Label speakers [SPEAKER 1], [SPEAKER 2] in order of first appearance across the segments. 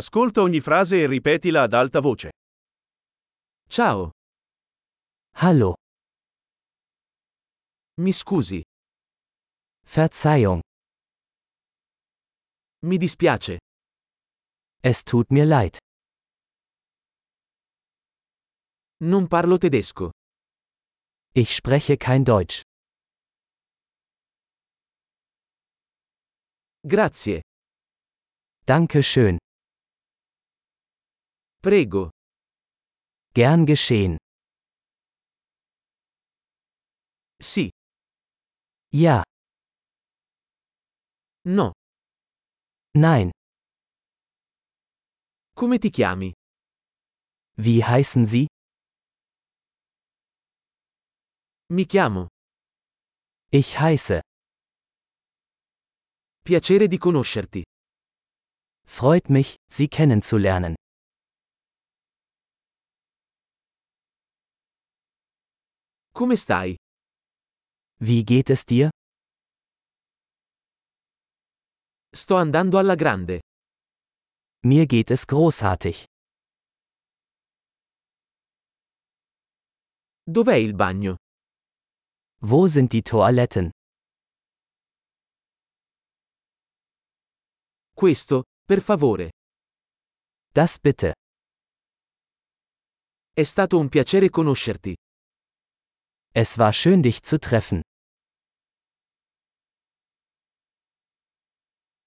[SPEAKER 1] Ascolta ogni frase e ripetila ad alta voce. Ciao,
[SPEAKER 2] Hallo,
[SPEAKER 1] mi scusi,
[SPEAKER 2] Verzeihung,
[SPEAKER 1] mi dispiace,
[SPEAKER 2] es tut mir leid.
[SPEAKER 1] non parlo tedesco.
[SPEAKER 2] Ich spreche kein Deutsch.
[SPEAKER 1] Grazie,
[SPEAKER 2] Danke schön.
[SPEAKER 1] prego,
[SPEAKER 2] Gern geschehen.
[SPEAKER 1] sì,
[SPEAKER 2] Ja,
[SPEAKER 1] no,
[SPEAKER 2] nein.
[SPEAKER 1] come ti chiami?
[SPEAKER 2] Wie heißen Sie?
[SPEAKER 1] Mi chiamo.
[SPEAKER 2] Ich heiße.
[SPEAKER 1] Piacere di conoscerti.
[SPEAKER 2] Freut mich, Sie kennenzulernen.
[SPEAKER 1] Come stai?
[SPEAKER 2] Wie geht es dir?
[SPEAKER 1] Sto andando alla grande.
[SPEAKER 2] Mir geht es großartig.
[SPEAKER 1] Dov'è il bagno?
[SPEAKER 2] Wo sind die Toiletten?
[SPEAKER 1] Questo, per favore.
[SPEAKER 2] Das bitte.
[SPEAKER 1] È stato un piacere conoscerti.
[SPEAKER 2] Es war schön, dich zu treffen.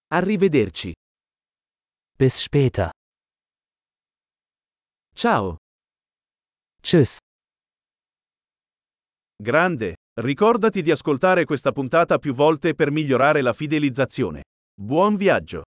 [SPEAKER 1] Arrivederci.
[SPEAKER 2] Bis später.
[SPEAKER 1] Ciao.
[SPEAKER 2] Tschüss.
[SPEAKER 1] Grande, ricordati di ascoltare questa puntata più volte per migliorare la fidelizzazione. Buon viaggio!